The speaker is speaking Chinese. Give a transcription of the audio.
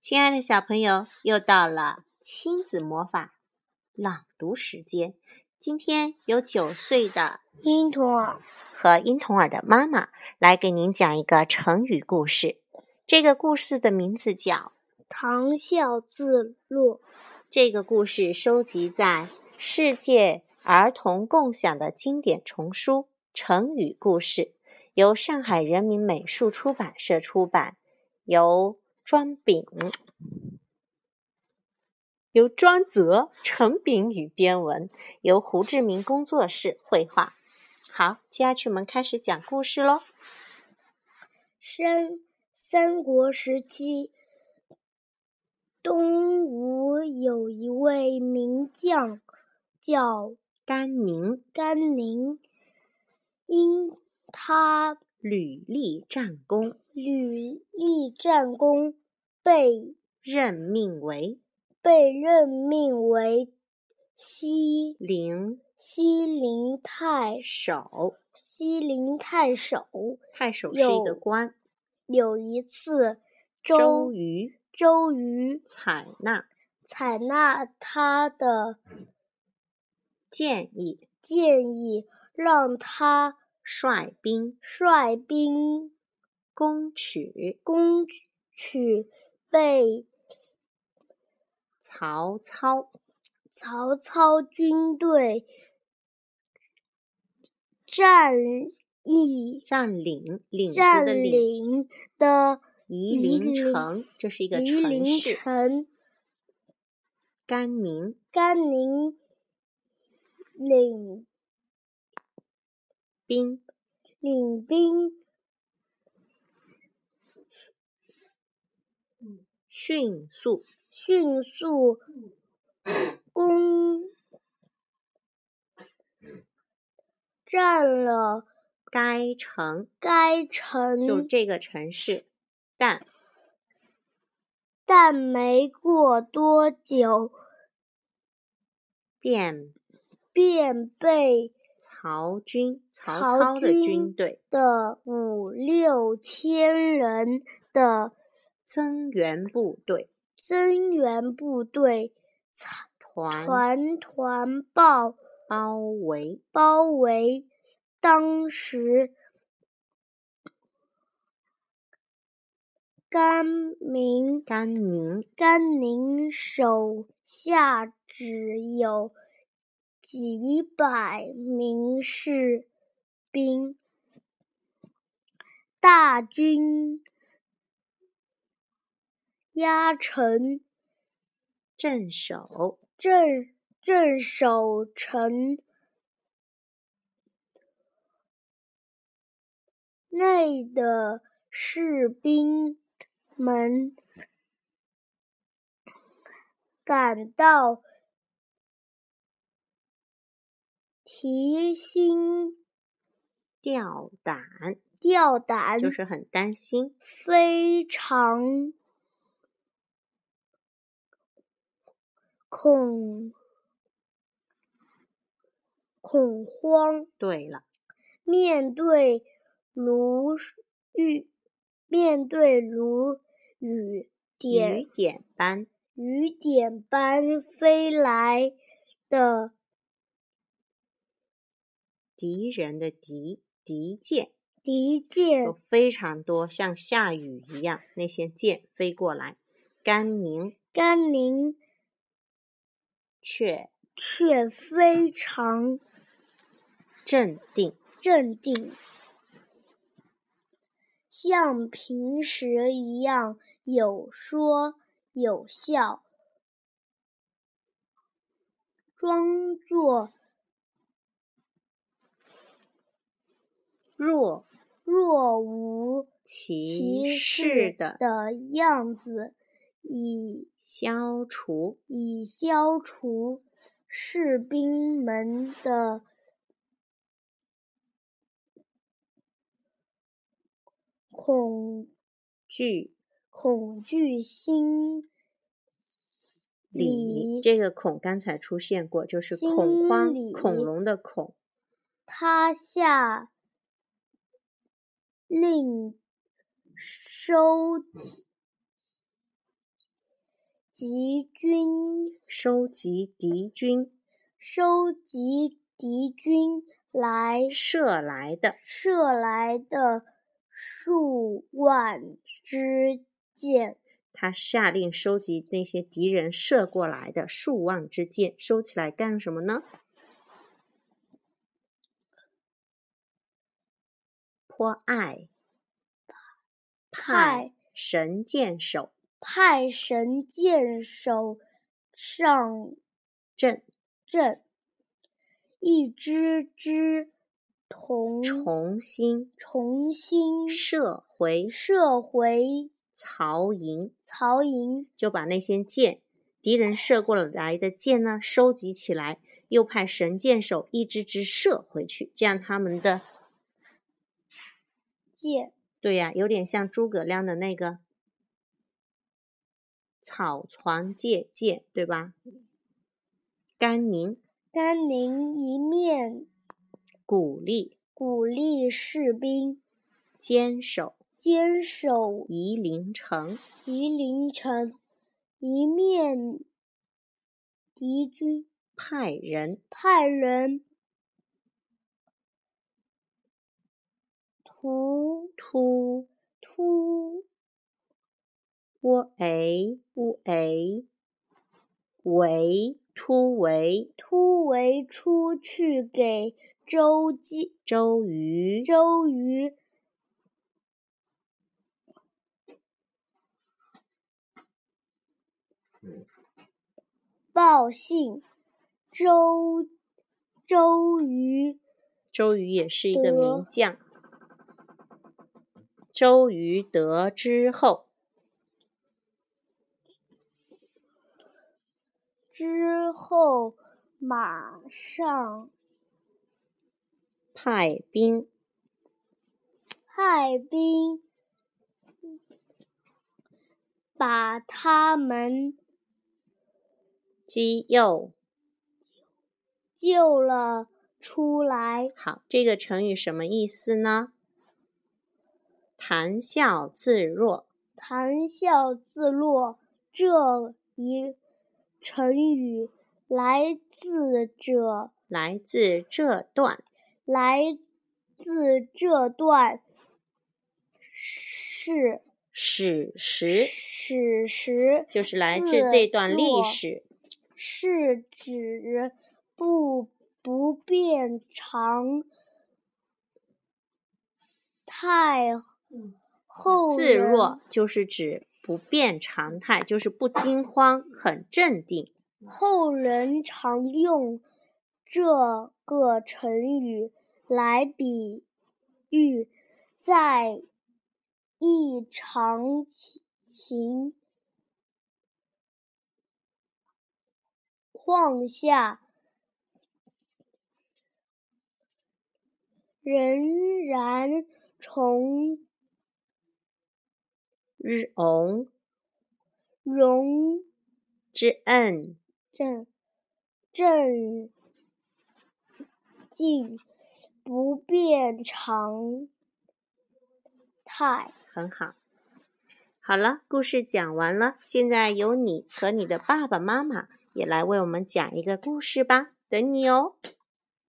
亲爱的小朋友，又到了亲子魔法朗读时间。今天有九岁的婴童儿和婴童儿的妈妈来给您讲一个成语故事。这个故事的名字叫《谈笑自若，这个故事收集在世界儿童共享的经典丛书《成语故事》，由上海人民美术出版社出版，由庄炳、由庄则、陈炳宇编文，由胡志明工作室绘画。好，接下去我们开始讲故事喽。三三国时期，东吴有一位名将叫甘宁甘宁，因他屡立战功，屡立战功，被任命为被任命为西陵西陵太守。西陵太守。太守是一个有官，有一次，周周瑜周瑜采纳采纳他的建议，建议，让他率兵率兵攻取攻取被曹操。曹操军队占役占领领子占的领，领的夷夷陵陵城，这是一个夷陵城市。城。甘宁甘宁领兵领兵迅速迅速攻占了该城，该城，就这个城市。但但没过多久便便被曹军曹曹操的军军队的五六千人的增援部队增援部队团团团抱包围包围，当时甘明甘宁。甘宁手下只有几百名士兵，大军压城镇守镇镇守城内的士兵们感到提心吊胆，吊胆，就是很担心。非常恐恐慌，对了，面对如雨，面对如雨雨点点般雨点般飞来的敌人的敌敌舰敌舰有，非常多，像下雨一样，那些箭飞过来。甘宁甘宁却却非常镇定，镇定，像平时一样有说有笑，装作若若无其其事事的的样子，以消除以消除士兵们的恐惧恐惧心理。理，这个恐刚才出现过，就是心恐慌，理恐龙的恐。他下令收集集军收集敌军收集敌军来射来的射来的数万支箭，他下令收集那些敌人射过来的数万支箭，收起来干什么呢？颇爱派神箭手派神箭手上阵阵，一支支同重新重新射回射回曹营，曹营，就把那些箭，敌人射过来的箭呢收集起来，又派神箭手一支支射回去，这样他们的箭对呀、有点像诸葛亮的那个草船借箭，对吧？甘宁甘宁一面鼓励鼓励士兵坚守坚守夷陵城，夷陵城，一面敌军派人派人屠突突窝诶乌诶围突围突围出去给周姬周瑜周瑜报信，周周瑜周瑜也是一个得名将。周瑜得知后，之后马上派兵派兵把他们击诱。救了出来，好，这个成语什么意思呢？谈笑自若，谈笑自若这一成语来自者来自这段来自这段是史实，史实。就是来自这段历史。是指不不变常太后自人若就是指不变常态，就是不惊慌，很镇定。后人常用这个成语来比喻在异常情情况下，仍然从日翁容之恩，镇镇静不变常态。很好。好了，故事讲完了，现在由你和你的爸爸妈妈也来为我们讲一个故事吧，等你哦。